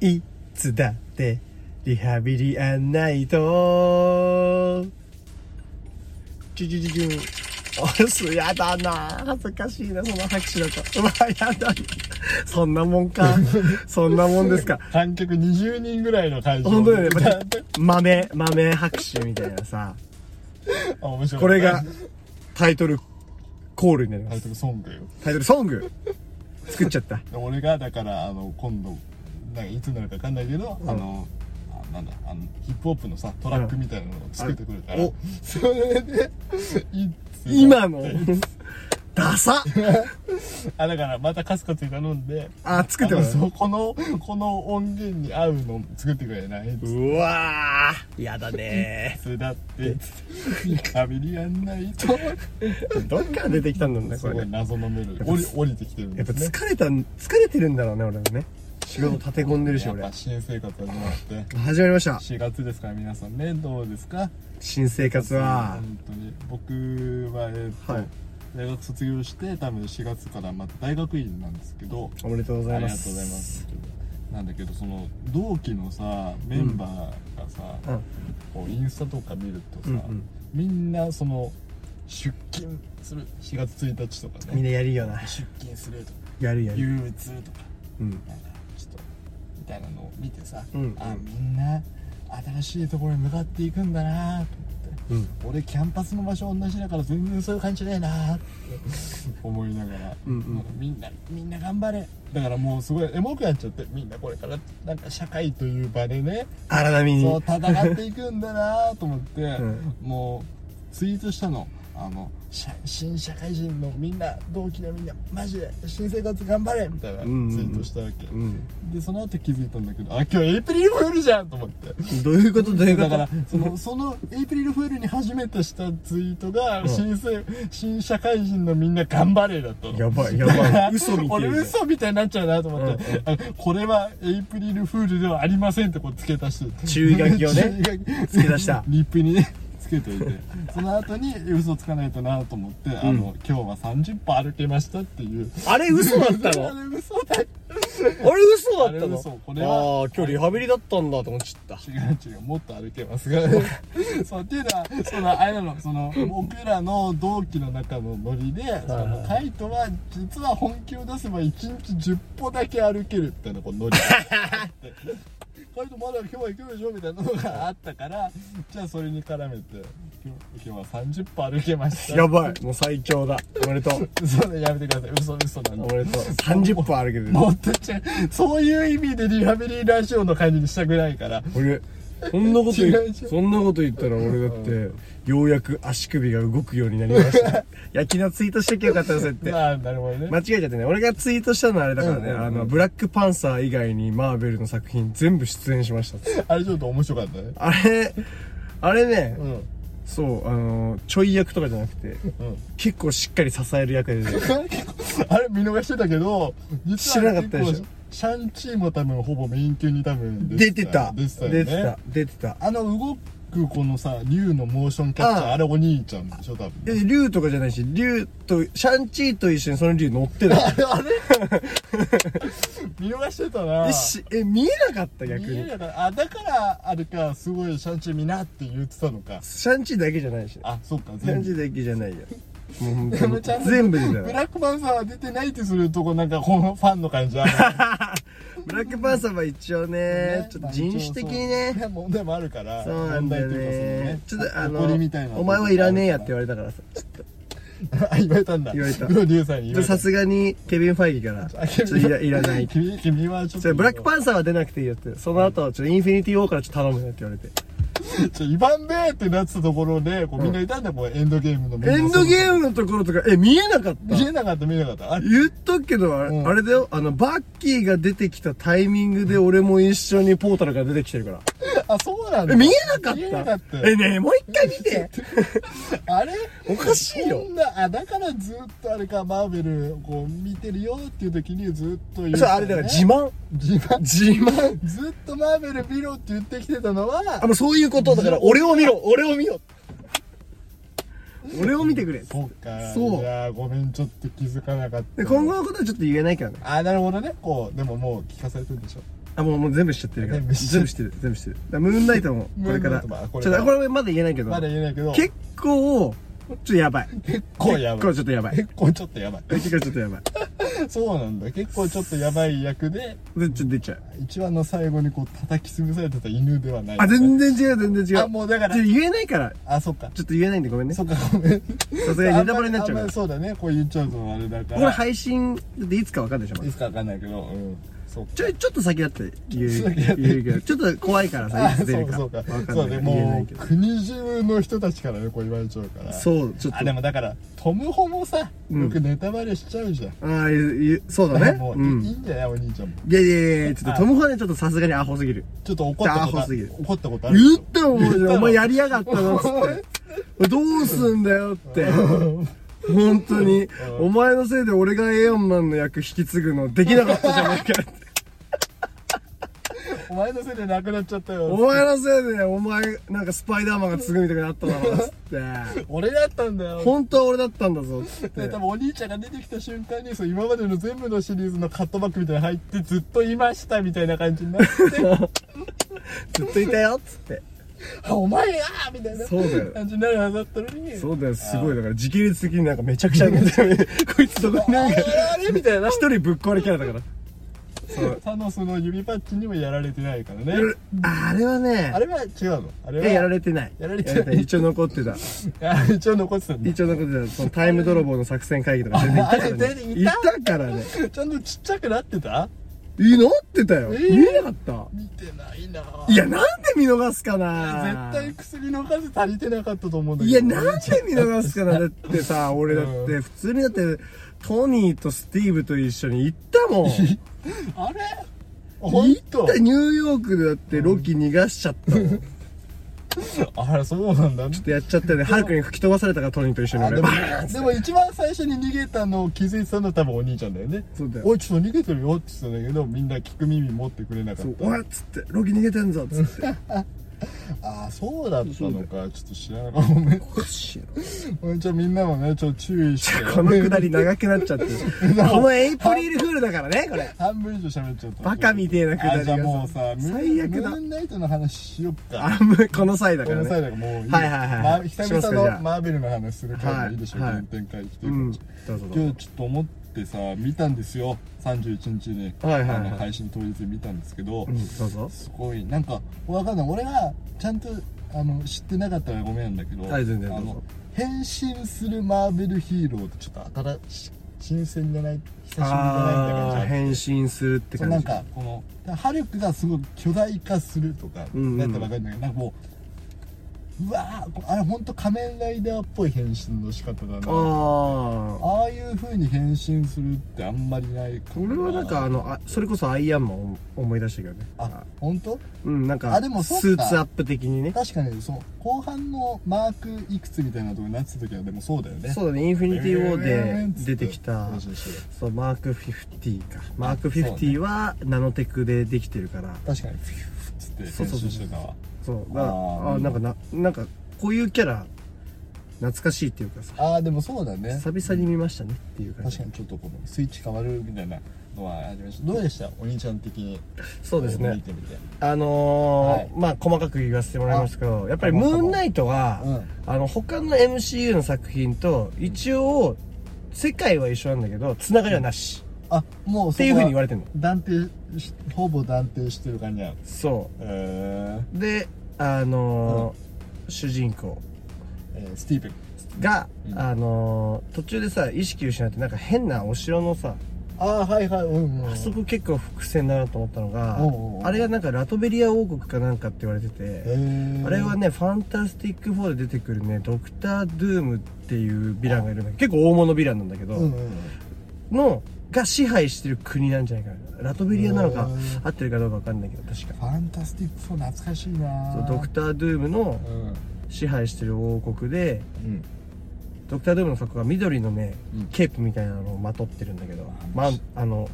いつだってリハビリアンナイトチュチュチュチュおすやだな恥ずかしいなその拍手だとうわやだそんなもん かそんなもんですか観客20人ぐらいの会場本当だよねやっぱ豆豆拍手みたいなさあ 面白いこれがタイトルコールになりまタイすトルソングよタイトルソング作っちゃったで俺がだからあの今度なんかいつになるか分かんないけど、あのあなんだあのヒップホップのさトラックみたいなのを作ってくるから、おそれでい今 のダサあだからまたカスカツに頼んであ作ってもらう あのそうこのこの音源に合うの作ってくれないうわーやだねつだってリカビリやんな いとどっから出てきたんだろうねすこれごねい謎のメロディー降り降りてきてるんやでっぱすね疲れたん疲れてるんだろうね俺もね仕事立て込んでるしやっ俺ぱ新生活始まって始まりました4月ですから皆さんねどうですか新生活は本当に僕はえーっと、はい大学卒業して多分4月からまた大学院なんですけどおめでとうございありまがすとうございますなんだけどその同期のさメンバーがさ、うんこうインスタとか見るとさ、うんうんみんなその出勤する4月1日とかみんねなやるよな出勤するとかやるやる憂鬱とかうんなんかちょっとみたいなのを見てさ、うんあみんな新しいところに向かっていくんだなと思って、うん俺キャンパスの場所同じだから全然そういう感じねえなって思いながら、うんうんなんかみんなみんな頑張れだからもうすごいエモくなっちゃってみんなこれからなんか社会という場でね荒波にそう戦っていくんだなと思って、んもうツイートしたのあの社新社会人のみんな同期のみんなマジで新生活頑張れみたいなツイんうんートしたわけ、うんでその後気づいたんだけどあ今日エイプリルフールじゃんと思ってどういうことどういうこだとからその そのエイプリルフールに初めてしたツイートが、ん新生新社会人のみんな頑張れだったのやばいやば い嘘みたい俺な嘘みたいになっちゃうなと思って、あこれはエイプリルフールではありませんってこう付け足して注意書きをね 注意書き付け足した リップにね付けといてその後に嘘つかないとなと思って、あの今日は30歩歩けましたっていうあれ嘘だった のあれ嘘だあれ嘘だっあたれの嘘これはああ今日リハビリだったんだと思っちゃった違う違うもっと歩けます がそうっていうのはそのあれなのその僕らの同期の中のノリでそのカイトは実は本気を出せば1日10歩だけ歩けるみたいなこうノ リがあってカイトまだ今日は行くでしょみたいなのがあったからじゃあそれに絡めて今日今日は30歩歩けましたやばいもう最強だおめでとうそれやめてください嘘嘘なんおでめでと う30歩歩ける持ってっちゃうそういう意味でリハビリラジオの感じにしたくないから俺そんなこと言違う違ううそんなこと言ったら俺だってようやく足首が動くようになりました 焼きのツイートしてきゃよかったですってまあなるほどね間違えちゃってね俺がツイートしたのはあれだからね、うんうんうんあのブラックパンサー以外にマーベルの作品全部出演しましたってあれちょっと面白かったねあれあれね、うんそうあのちょい役とかじゃなくてうん結構しっかり支える役でねあれ見逃してたけど実は知らなかったでしょ結構シャンチーも多分ほぼメイン級に多分出てた出てたよ出ねてた出てたあの動くこのさ竜のモーションキャッチャーあああれお兄ちゃんでしょ多分で竜とかじゃないし竜とシャンチーと一緒にその竜乗ってたあれあれ 見逃してたなえしえ見えなかった逆見えになかったあだからあれかすごいシャンチー見なって言ってたのかシャンチーだけじゃないしねあそっかシャ全ン部チーだけじゃないよもう本で当もにちゃんと全部出たブよ ラックパンサーは出てないってするとこなんかこのファンの感じあるブラックパンサーは一応ねちょっと人種的にねまあ一応そう 問題もあるからそうなんだよね問題というかちそょっのとあ誇りみたいなのお前はいらねえや って言われたからさちょあ言われたんだ言われたプロデューサーにっ言わとれたさすがにケビン・ファイギーからちょっといらいらない君君はちょっちょとブラックパンサーは出なくていいよってその後ちょっとインフィニティ・ウォーからちょっと頼むよって言われてちょイバンベーってなってたところでこうみんないたんだ、こうエンドゲームのみんなエンドゲームのところとかえ見えなかった見えなかった見えなかったあ言っとくけどあれ,、うんあれだよあのバッキーが出てきたタイミングで俺も一緒にポータルから出てきてるからあそうなんだえ見えなかった見えなかったえねえもう一回見てあれおかしいよそんなあだからずっとあれかマーベルこう見てるよっていう時にずっと言うそれあれだから自慢自慢自慢ずっとマーベル見ろって言ってきてたのはあもうそういうことだから俺を見ろ俺を見ろ俺を見てくれそうかそういやーごめんちょっと気づかなかったで今後のことはちょっと言えないからねあなるほどねこうでももう聞かされてるでしょあもうもう全部知っちゃってるから全全部部知知っってる全部知ってるだからムーンナイトもこれからムーンナイちトもこょっれからとこれまだ言えないけどまだ言えないけど結構ちょっとやばい結構やばい結構ちょっとやばい結構ちょっとやばい結構ちょっとやばいそうなんだ結構ちょっとやばい役ででちょっと出ちゃう一話の最後にこう叩き潰されてた犬ではないあ全然違う全然違うあもうだからちょっと言えないからあそっかちょっと言えないんでごめんねそさっかごめんすがにネタバレになっちゃうあんかまりらそうだねこう言っちゃうとあれだこかれら配信でいつかわかんないでしょまいだつかわかんないけどうんそうちょちょっと先だって言ちょっと先だうって言うけどちょっと怖いからさいつ出るかそわうかかんないかそうらね言えなもいうけど国中の人たちからねこう言われちゃうからそうちょっあでともだからトムホもさようんくネタバレしちゃうじゃん、ああいういうそうだねもう、うんいいんじゃないお兄ちゃんもいやいやいやちょっとトム・ホーネちょっとさすがにアホすぎるちょっと怒ったことアホすぎる怒ったことある言ったよお前言ったのお前やりやがったなっつってどうすんだよって本当にお前のせいで俺がエオンマンの役引き継ぐのできなかったじゃないかってお前のせいでなくなっちゃったおよ前のせいでお前なんかスパイダーマンが継ぐみたいになっただろっつ って俺だったんだよ本当は俺だったんだぞっつってで多分お兄ちゃんが出てきた瞬間にそう今までの全部のシリーズのカットバックみたいに入ってずっといましたみたいな感じになって ずっといたよっつってあお前やーみたいなそうだよ感じになるはずだったのにそうだよすごいだから時系列的になんかめちゃくちゃなんかこいつどこにあなんれかあれみたいな一人ぶっ壊れキャラだからそう サノスの指パッチンにもやられてないからねあれはねあれは違うのあれはえやられてないやられてない一応残ってたあ 一応残ってたんだ一応残ってたそのタイム泥棒の作戦会議とか全然あれ全然いいたたからねいたからねちゃんとちっちゃくなってたいなってたよ、えー見えなかった見てないないいやなんで見逃すかな絶対薬の数足りてなかったと思うんだけどいやなんで見逃すかなだってさ俺だって普通にだってトニーとスティーブと一緒に行った もんあれほん行とったニューヨークでだってロキ逃がしちゃったもんちょあれそうなんだっとやっちゃったよねハルクに吹き飛ばされたからトニーと一緒にあ俺でもでも一番最初に逃げたのを気づいてたのは多分お兄ちゃんだよねそうだよおいちょっと逃げてるよって言ってたんだけどみんな聞く耳持ってくれなかそっうおいっつってロキ逃げてんぞっつってたああそうだったのかちょっと知らなかったごめんおかしいなうんじゃあみんなもねちょっと注意して このくだり長くなっちゃ ってるこのエイプリルフールだからねこれ半分以上喋っちゃったバカみてえなくだりがあじゃあもうさムーン最悪だムーンナイトの話しよっかあんまこの際だかこらの際ねだからもういいはいはいはいしまます久かじ々ゃのあマーベルの話するからいいでしょはい原点回帰とういんうかどうぞどう今ぞ日ちょっと思ってさ見たんですよ31日にはいはいはいあの配信当日に見たんですけどうんどうぞすごいなんかわかんない俺がちゃんとあの知ってなかったらごめんなんだけどはい全然どうぞあの変身するマーベルヒーローってちょっと新し新鮮じゃない久しぶありじゃないって感ーじ変身するってそう感なんじかこのハルクがすごく巨大化するとかだったうんうんら分かるんだけど、なんかもううわーあれ本当仮面ライダーっぽい変身の仕方だあなあああいう風に変身するってあんまりないかこれはなんかあのあそれこそアイアンマンを思い出したけどねあ本当うんなんかあでもそっかスーツアップ的にね確かにそう後半のマークいくつみたいなとこになってた時はでもそうだよねそうだねインフィニティウォーで出てきたそうそうそうそうマーク50かマークそうね50はナノテクでできてるから確かにフィュッつってそうそう変そう身してたわそうだからあーあなんかななんかこういうキャラ懐かしいっていうかさああーでもそうだね久々に見ましたねっていう感じ確かにちょっとこのスイッチ変わるみたいなのはありましたどうでしたお兄ちゃん的にそうです見ねてみてあのーはいまあ細かく言わせてもらいますけどやっぱり「ムーンナイトは」うんあの他の MCU の作品と一応世界は一緒なんだけどつながりはなし、あもうっていうふうに言われてるの断定しほぼ断定してる感じなのそえうであのー主人公ーえースティーブンが、うんあのー途中でさ意識失ってなんか変なお城のさああはいはいうんうんあそこ結構伏線だなと思ったのがおうおうおうあれがなんかラトベリア王国かなんかって言われててえあれはね「ファンタスティック4」で出てくるねドクター・ドゥームっていうヴィランがいるんだけど結構大物ヴィランなんだけど、うんうんのが支配してる国なんじゃないかなラトベリアなのかへー合ってるかどうか分かんないけど確かファンタスティック4懐かしいなそうドクター・ドゥームのうん支配してる王国でうんドクター・ドゥームのそこが緑のねうんケープみたいなのをまとってるんだけど、まあ、あの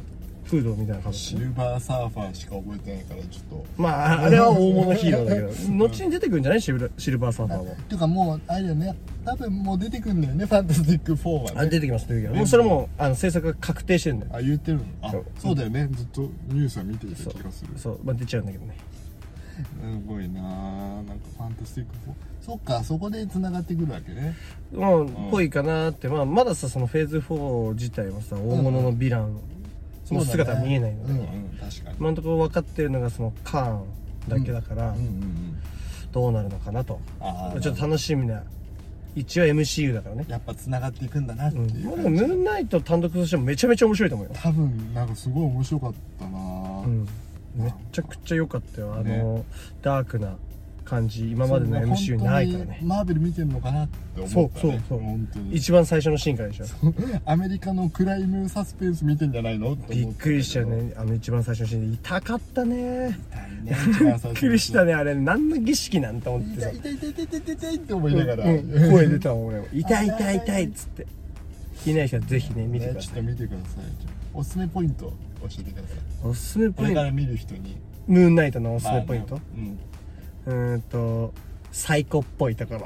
プードルみたいな感シじルバーサーファーしか覚えてないからちょっとまああれは大物ヒーローだけど 後に出てくるんじゃないシルシルバーサーファーもていうかもうあれだよね多分もう出てくんだよねファンタスティック4はねあ出てきます出てきますもうそれもうあの制作が確定してるんだよあ言ってるのあそうそうだよねずっとニュースは見ていた気がするすそう、まあ、出ちゃうんだけどねごいなあなんかファンタスティック4そっかそこでつながってくるわけねもうぽいかなって、まあ、まださそのフェーズ4自体はさ大物のヴィランその姿は見えないので、うんうん確かに今のところ分かってるのがそのカーンだけだから、うんうんうんどうなるのかなとああちょっと楽しみな一応 MCU だからね、やっぱつながっていくんだなってうんいまあうで感もじ、ムーンナイト単独としてもめちゃめちゃ面白いと思うよ、多分なんかすごい面白かったなあ、うん、めちゃくちゃ良かったよあの、ねダークな感じ今までの MCU にないからねそんな本当にマーベル見てんのかなって思った、そね、うそうそう本当に一番最初のシーンからでしょアメリカのクライムサスペンス見てんじゃないのってび思っったくりしたよけどねあの一番最初のシーンで痛かったね痛いね一び番最っ初くりしたねあれ何の儀式なんて思って痛さい痛い痛い痛い痛い痛い痛いって思いながら、うん声出たもん俺も痛い痛い痛いっつって気にない人はぜひね見てくだねちょさっいと見てくださいおすすめポイント教えてくださいおすすめこポイれンかトら見る人にムーンナイトのおすすめポイントまあねうーんと最高っぽいとこ ろ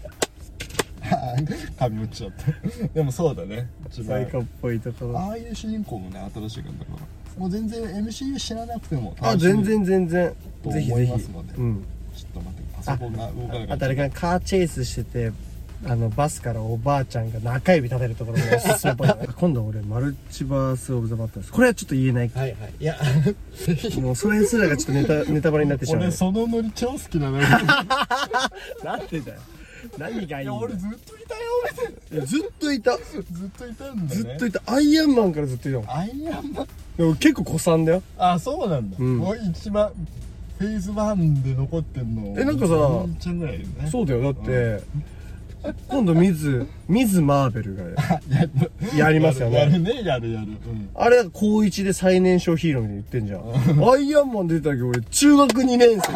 うん 髪落ちちゃったでもそうだね一番最高っぽいところああいう主人公もね新しいからだからもう全然 MCU 知らなくてもあ全然全然とぜひ思ぜいひますのでうんちょっと待ってパソコンが動かなかあった誰かカーチェイスしててあのバスからおばあちゃんが中指立てるところもおすすめ ポイント今度俺マルチバース・オブ・ザ・バッターですこれはちょっと言えないはいはいいやもうそれすらがちょっとネ タネタバレになってしまう 俺そのノリ超好き だねなんでだよ何がいいいやんだ俺よずっといたよいやずっといた俺ずっといたんだねずっといたアイアンマンからずっといたもんアイアンマンでも結構古参だよあそうなんだ、うんもう一番フェーズ1で残ってんのえなんかさおちゃんぐらいだよねそうだよだって、今度ミズミズ・マーベルが やりますよやねるねやるやる、うん、あれ高1で最年少ヒーローみたいに言ってんじゃんアイアンマン出てたけど俺中学2年生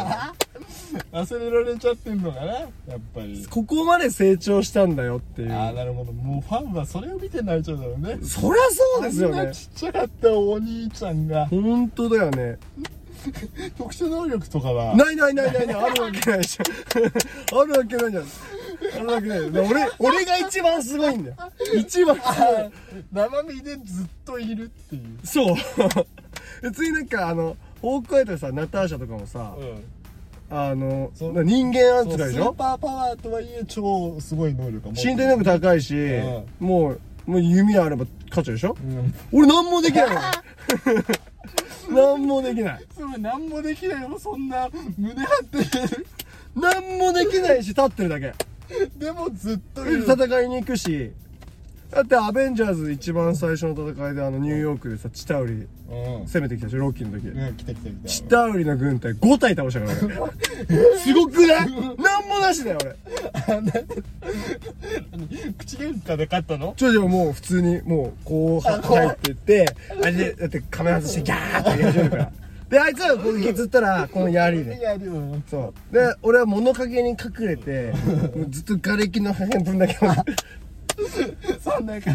忘れられちゃってんのかなやっぱりここまで成長したんだよっていああうなるほどもうファンはそれを見て泣いちゃうんだろうねそりゃそうですよあんなねちっちゃかったお兄ちゃんが本当だよね特殊能力とかはないないないないないあるわけないじゃん あるわけないじゃんあるわけないよで俺俺が一番すごいんだよ一番すごい生身でずっといるっていうそう別になんかあのホークアイとかさナターシャとかもさ、うんあのそうな人間アンそチうスだでしーょパーパワーとはいえ超すごい能力を持ってる身体能力高いし、うんもうもう弓あれば勝ちでしょうん俺何もできないの 何もできないそれ何もできないよそんな胸張って何もできないし立ってるだけでもずっといる戦いに行くしだってアベンジャーズ一番最初の戦いであのニューヨークでさチタウリうん攻めてきたでしょロッキーの時うん来た来た来たチタウリの軍隊5体倒した から俺すごくない何もなしだよ俺口喧嘩で勝ったのちょいでももう普通にもうこうは入ってってあれでだって仮面外してギャーってやり始めるからであいつらがこう引きずったらこの槍でいやでもそうで俺は物陰に隠れてもうずっと瓦礫の破片分だけをそんなんか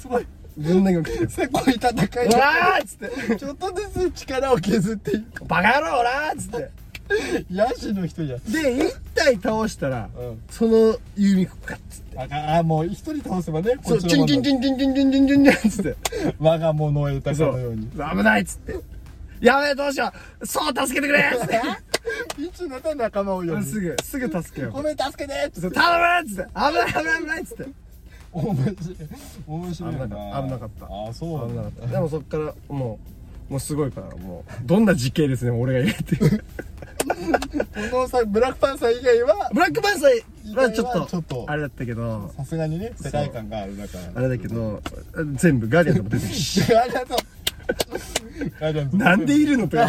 すごい分だけを食ってせこい戦い「うわ!」っつってちょっとずつ力を削ってい「バカ野郎おら!」っつってくヤシの人やで1体倒したら、うんその弓こかっつってあかあもう一人倒せばねそこうっちチュのンチュンチュンチュンチュンチュンチュンチュンチュンっつって我が物を得たかそうのように危ないっつってやべえどうしようそう助けてくれっつっていつなた仲間を呼ぶすぐすぐ助けよごうめん助けてっつっそうて頼むっつって危ない危ない危ないっつって面白い面白い危なかった危なかったあそう危ななかんっだたでもそっからもうもうすごいからもうどんな時系列でも俺がいるっていうこのさブラックパンサー以外はブラックバンサイはちょちょっっととあれだったけどさすがにね世界観があるだからあれだけど全部ガーディアンズも出てるし ありがとうありが とうなんでいるのとか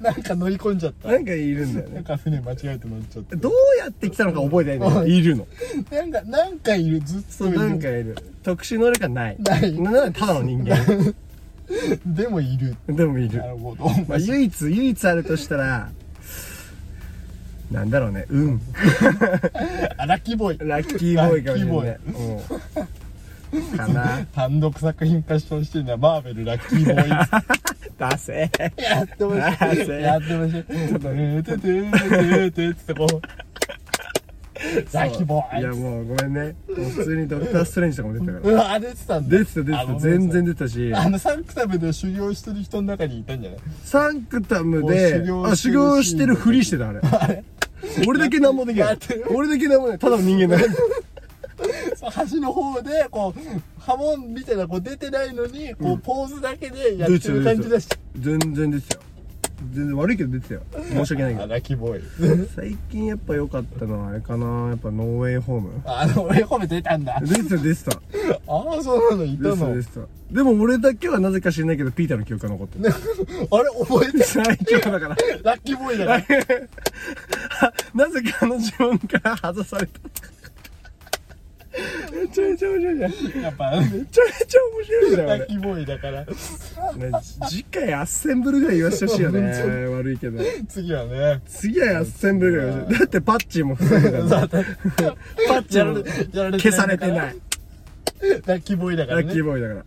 なんか乗り込んじゃったなんかいるんだよなねんか船間違えて乗っちゃったどうやって来たのか覚えてないんだけどいるのなんかなんかいるずっそとういなんかるいる特殊能力はないないんならただの人 間でもいるでもいるな、るほどまあ、唯一唯一あるとしたらなんだろうねうんあラッキーボーイラッキーボーイかもしれないラッうんかな単独作品化してほしいなマーベルラッキーボーイズ ダセーやってほしいやってほしいて ててててててこうラッキーボーいイやズもうごめんねもう普通にドクターストレンジとかも出てたかうらわ出てたんだ出てた出てあごためんなさい全然出てたしあのサンクタムで修行してる人の中にいたんじゃないサンクタムでもうあ修修行行ししてるてるふりしてたあれ 俺だけ何もできなやいってる俺だけ何もできないただの人間 だそう端の方でこう波紋みたいなこう出てないのにこうポーズだけでやってる感じだし全然出てたよ全然悪いけど出てたよ申し訳ないけあどラッキーボーイズ最近やっぱ良かったのはあれかなやっぱノーウェイホームあの俺褒めてたんだあ出てた出てたあそうなのいた出てたの出てたでも俺だけはなぜか知らないけどピーターの記憶が残ってるあれ覚えて最強だから ラッキーボーイだからなぜかあの自分から外された。めちゃめちゃ面白いじゃん。めやっぱ ラちゃめちゃ面白いじゃん、ッキーボーイだから俺。ね、次回アッセンブルぐらい言わしてほしいよね。悪いけど。次はね次はアッセンブルぐらい言わせてだってパッチーもふざけたんださあパッチやーらもれやられて消されてない。ラッキーボーイだかラらッキねーボーイだから。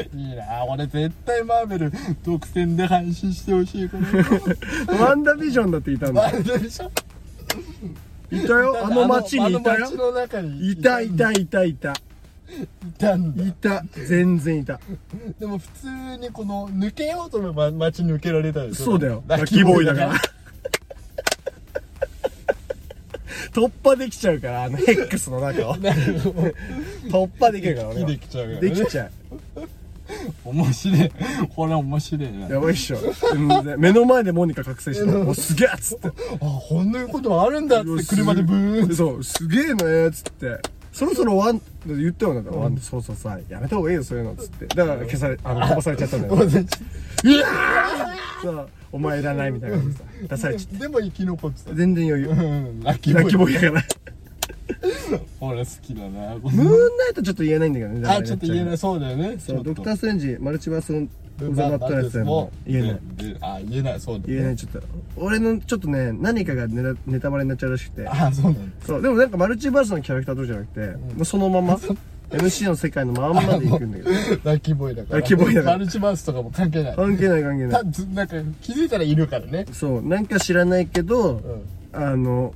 いいな俺絶対マーベル独占で配信してほしいこれワンダービジョンだっていたんだ。あれでしょいたよ。あの街にいたあのよ街。の中にいたいたいたいた。いたんだいた。全然いた。でも普通にこの抜けようと思えば街抜けられたでしょそうだよ。ラッキーボーイだから。突破できちゃうから、あのヘックスの中 を。突破できるから、俺は。できちゃうからでねきちゃ。面白いこれ面白いうなやばいっしょ。全然目の前でモニカ覚醒してた。お、すげえっつって。あこんなことあるんだっつって 車でブーンそう、すげえねっつって。そろそろワン、言ったよな、ワン、そうそうさ、やめた方がいいよ、そういうのっつって。だから消され、あの、飛ばされちゃったんだよね。そうお前いらないみたいな感じでさ、出されちゃっでも生き残ってたた。全然余裕。うんラッキーラボッキーーイボーイだから。俺好きだなムーンナイトちょっと言えないんだけどね。あちょっと言えないい。そうだよねそう、ちょドっとクター・ストレンジ、マルチバースのブザ・バット・ライスもも言えない。であ言えないそうだ言えない、ちょっと。俺の、ちょっとね、何かがネタネタバレになっちゃうらしくて。あそうなんだそう、でもなんかマルチバースのキャラクターとかじゃなくて、もうそのまま、MC の世界のまんまで行くん だけど。ラッキーボーイだからラッキーボーイだからマルチバースとかも関係ない関係ない関係なたい。ずなんか気づいたらいるからねそう、なんか知らないけど、んあの、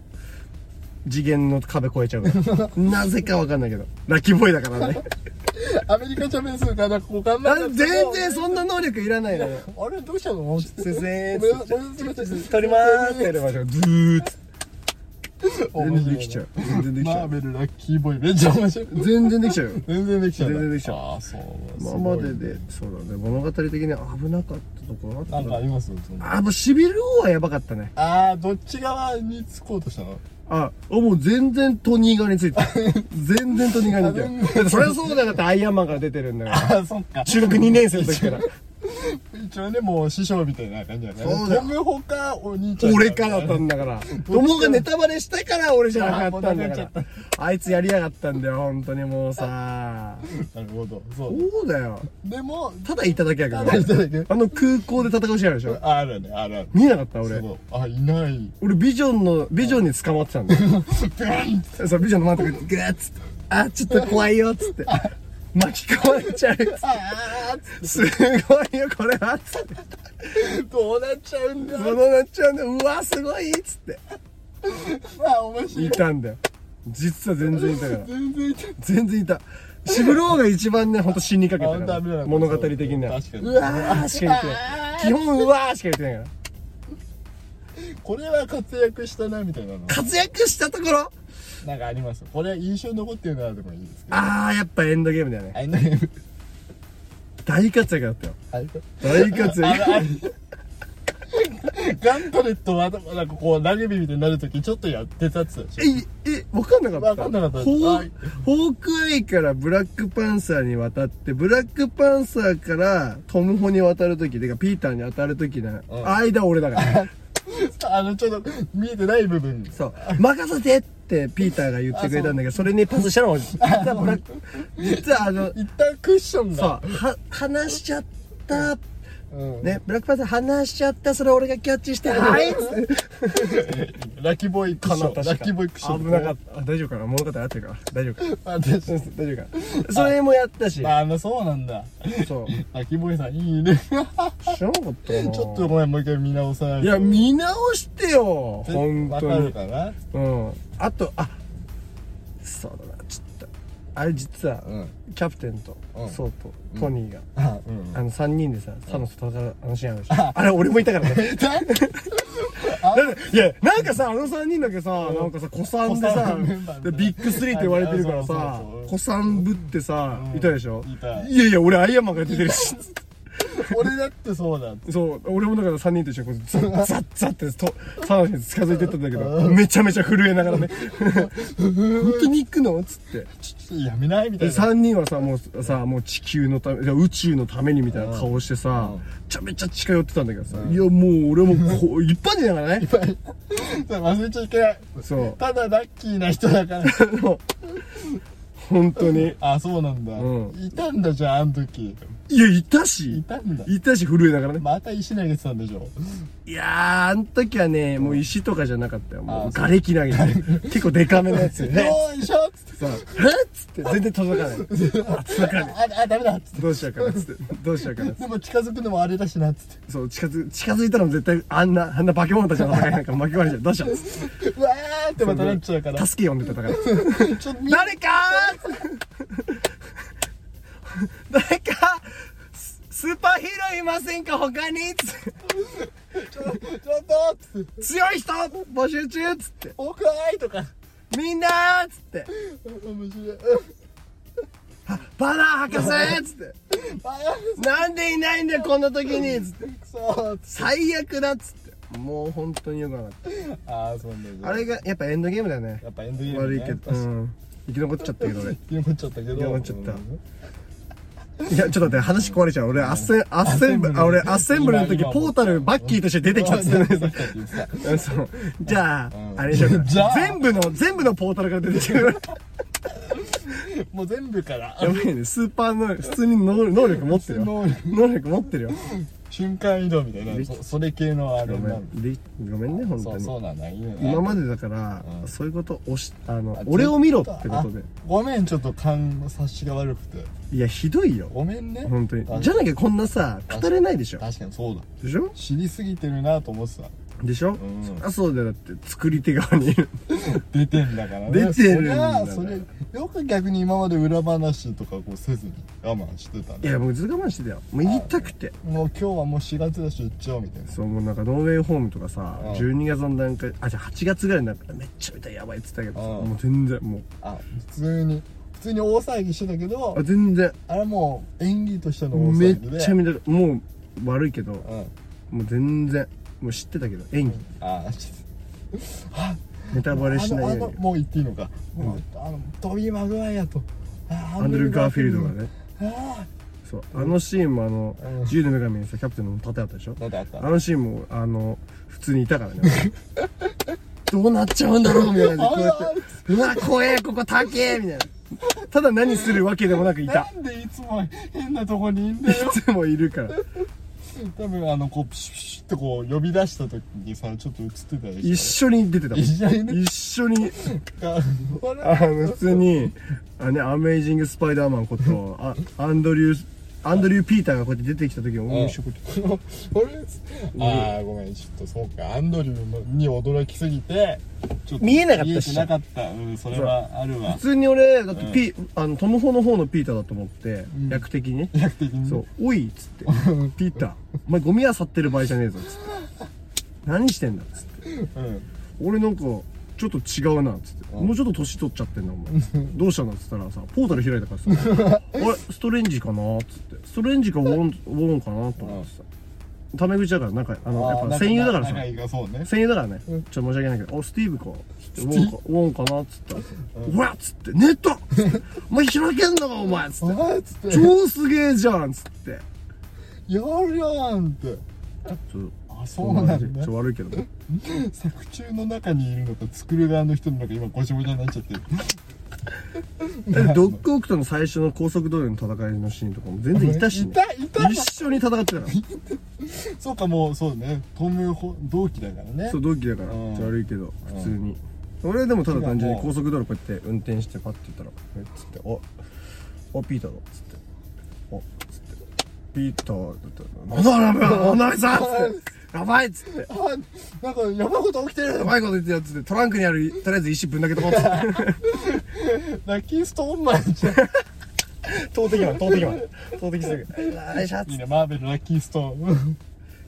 次元の壁越えちゃうから。 なぜかわかんないけど。ラッキーボーイだからね。アメリカチャベスがなんかこう頑張あって全然そんな能力いらないのよ。あれどうしたの先生俺俺撮りまーすってやればずーっと全然できちゃう全然できちマゃーうベルラッキーボーイめっちゃ面白い全然できちゃうよ全然できちゃう全然できちゃうああそうすまごあいまででそうだね物語的には危なかったところあなっんたかあなりますそのあもうしびれる方はやばかったねああどっち側につこうとしたのあもう全然トニー側について る全然トニー側についてるだってそりゃそうだよだってアイアンマンから出てるんだからああそっか中学2年生の 時から一応ねもう師匠みたいな感じだねそうだよトムホかお兄ちゃん俺からだったんだから友がネタバレしたから俺じゃなかったんだかあもうなくならあいつやりやがったんだよ本当にもうさなるほどそうそうだよでもただいただけやあかあらいねただいてあの空港で戦うシーンあるでしょあるねあるある見えなかった俺そうあいない俺ビジョンのビジョンに捕まってたんだよそうビジョンの真ん中にグーッつってあちょっと怖いよっつって巻き込まれちゃうっつっああてすごいよこれはっつってどうなっちゃうんだそのなっちゃうんだようわすごいっつってまあ面白いいたんだよ実は全然いたから全然いた全然いたシブローが一番ねほんと死にかけあた本当かは危なからった物語的には確かにうわーしか言ってない基本うわーしか言ってないからこれは活躍したなみたいなの活躍したところなんかありますこれ印象に残ってるなとかいいですけどあーやっぱエンドゲームだよねあいない大活躍だったよあれ大活あれあ躍れガントレットはなんかこうラグビーみたいになるときちょっとやってたっつうでしょええ分かんなかったわかんなかったホあーホークアイからブラックパンサーに渡ってブラックパンサーからトムホに渡る時てかピーターに渡る時のうん間俺だ から、あのちょっと見えてない部分そう任せてってピーターが言ってくれたんだけどそれにパス したのも実はブラック実はあの一旦クッションそうがは話しちゃったうんね、ブラックパンサー話しちゃった、それ俺がキャッチして、はいラッキーボーイクションラッキーボーイクショ危ンなかった。あ大丈夫かな物語合ってるから。大丈夫かなた私大丈夫 かなそれもやったし。ああそうなんだそう。ラッキーボーイさんいいね知ちょらなかったな。っとごめんもう一回見直さないいや、見直してよ本わ当かるに。かなうん。あと、あ、そうだな、ちょっと。あれ実は、うんキャプテンと、うんそうと、トニーが、あうんあの3人でさ、サノスと戦うあのシーンあるでしょ。あれ、俺もいたからね。だだっていやなんかさあの3人だけさ、なんかさ古参で古さ参メンバーででビッグスリーって言われてるからさそうそうそう古参ぶってさ、うんいたでしょいたやいや俺アイアンマンが出てるし俺だってそうだそう俺もだから3人と一緒にこうザッザッザッってとサノスに近づいてったんだけどめちゃめちゃ震えながらね本当に行くのっつってちょっとやめないみたでいな3人はさもうさもう地球のためいや宇宙のためにみたいな顔してさ、うんめちゃめちゃ近寄ってたんだけどさ、いやもう俺も こう一般人だからね 忘れちゃいけないそうただラッキーな人だから本当にあそうなんだ、うんいたんだじゃああの時いやいたいしたんだいたし震えながらねまた石投げてたんでしょいやーあの時はねもう石とかじゃなかったよもうあそう瓦礫投 げて結構デカめのやつよ よねいしょっつっさてえっつって全然届かないああダメだっつってどうしようかなっつってどうしようかなっつってでも近づくのもあれだしなっつっそう近づ近づいたらもう絶対あんなあんな化け物たちの戦いなんか巻き込まれちゃうどうしようっつっててうわーってまたなっちゃうから助け呼んでた からちょっとみ誰か 誰かススーパーヒーローいませんか他につってちょっとちょっとっつって強い人募集中っつっておかわいとかみんなーっつって面白いバナー博士ーっつってあなんでいないんだよこんな時にっつってーくそーっつって最悪だっつってもう本当によくなかっあーそうなんただあれがやっぱエンドゲームだよねやっぱエンドゲーム、悪ね、いけど、うん、生き残っちゃったけど俺生き残っちゃったけど生き残っちゃったいやちょっと待って話壊れちゃう俺アッセンアッセンブアッセンブルあ俺アッセンブルの時今今ポータルバッキーとして出てきたっつってねううん そうじゃあ、うんあれにしようか じゃあ全部の全部のポータルから出てきた からんもう全部からやばいねスーパー能力普通に能能力持ってるよ能力能力持ってるよ瞬間移動みたいなそそれ系のあれごなめのんでごめんね本そ当うにそうなんだいいね今までだから、うんそういうことをしあのあ俺を見ろってことであごめんちょっと勘の察しが悪くていやひどいよごめんね本当にあじゃなきゃこんなさ語れないでしょ確かにそうだでしょ知りすぎてるなと思ってたでしょ、んそりゃそうだよだって作り手側にいる出てんだからね出てるんだからそりゃそれよく逆に今まで裏話とかこうせずに我慢してたいねやもうずっと我慢してたよもう言いたくてもう今日はもう4月だし行っちゃおうみたいなそうもうなんかノーウェイホームとかさ、うん12月の段階あじゃあ8月ぐらいになったらめっちゃ見たいやばいっつったけどさ、うんもう全然もうあ普通に普通に大騒ぎしてたけどあ全然あれもう演技としての大め騒ぎでっちゃ見たいもう悪いけどうんもう全然もう知ってたけど演技あちょっとネタバレしないあのよあうのにもう言っていいのか、もうあのトビー・マグワイアとあアンドリュー・ガーフィールドがねねあそうあのシーンもあのうん自由の女神にさキャプテンの盾あったでしょあなんだったあのシーンもあの普通にいたからね どうなっちゃうんだろうみたいなこうやあってうわ怖えここ高えみたいなただ何するわけでもなくいたなんでいつも変なとこにいんだよいつもいるから多分あのこうプシュプシュってこう呼び出した時にさちょっと映ってたで一し緒に出てたもん一緒にね一緒にょあれあの普通にあ、ね、アメイジング・スパイダーマンことあアンドリューアンドリュー・ピーターがこうやって出てきた時にうおんいしょこうやってああごめんちょっとそうかアンドリューに驚きすぎてちょっと見えなかったっしょ見えてなかったうんそれはあるわ普通に俺だってピ、あのトム・ホの方のピーターだと思って、ん役的にね 比較的にそう「おい」っつって「ピーターお前ゴミ漁ってる場合じゃねえぞ」っつって「何してんだ」っつってうん「俺なんかちょっと違うな」っつって「うんもうちょっと年取っちゃってんなお前どうしたの?」っつったらさポータル開いたから さ「あれストレンジかな?」っつって「ストレンジかウォンウォンかな?」と思ってさタメ口だからなんかあのやっぱ戦友だからさ仲いいからそうね戦友だからね、ちょっと申し訳ないけど「おスティーブか」つって「ウォンかウォンかな?」っつったらさ「うわっ!」っつって「ネット! 」お前開けんのかお前」っつっ おて前っつって「超すげえじゃん」っつって。やるやんってちょっあとそうなんちょっだと悪いけどね作中の中にいるのと作る側の人の中今ごちゃごちゃになっちゃってるだ ってドッグオークとの最初の高速道路の戦いのシーンとかも全然いたし、ね、いたいた一緒に戦ってた からそうかもうそうねトムホ同期だからねそう同期だから、うんじゃあ悪いけど普通に、俺でもただ単純に高速道路こうやって運転してパッて言ったら「えっ?」つって「おおピーターだ」っつって「おっ?」つって「ピーター」だったら「なんだ おなめさん!」っつって「やばい!」っつってあなんかやばいこと起きて「やるばいこと言ってやつでトランクにあるとりあえず石ぶんだけとこう」っつってラッキーストーンマンじゃん 投擲マン投擲マン投擲するよいしょっついっていねマーベルラッキーストーン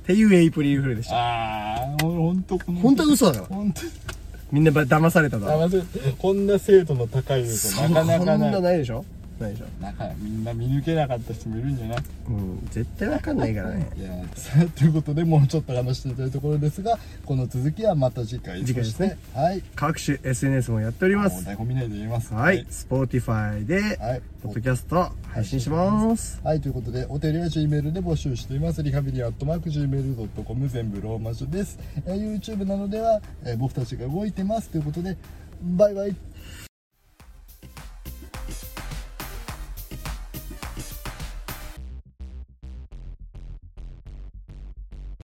っていうエイプリルフールでした ああほんとこの本当は嘘だから本当にみんなば騙されただあろまずこんな精度の高い映像なかなそかなんないないでしょないでしょなんかみんな見抜けなかった人もいるんじゃないうん絶対わかんないからねいやーさあということでもうちょっと話していただいたところですがこの続きはまた次回次回ですねそしてはい 各種 SNS もやっておりまもうす台本見ないで言いますはい、Spotify で、はいポッドキャスト配信します。はい、ということで、お手りは G メールで募集しています。リハビリアットマーク Gmail.com 全部ローマ字です。えー YouTube などでは、えー僕たちが動いてます。ということで、バイバイ。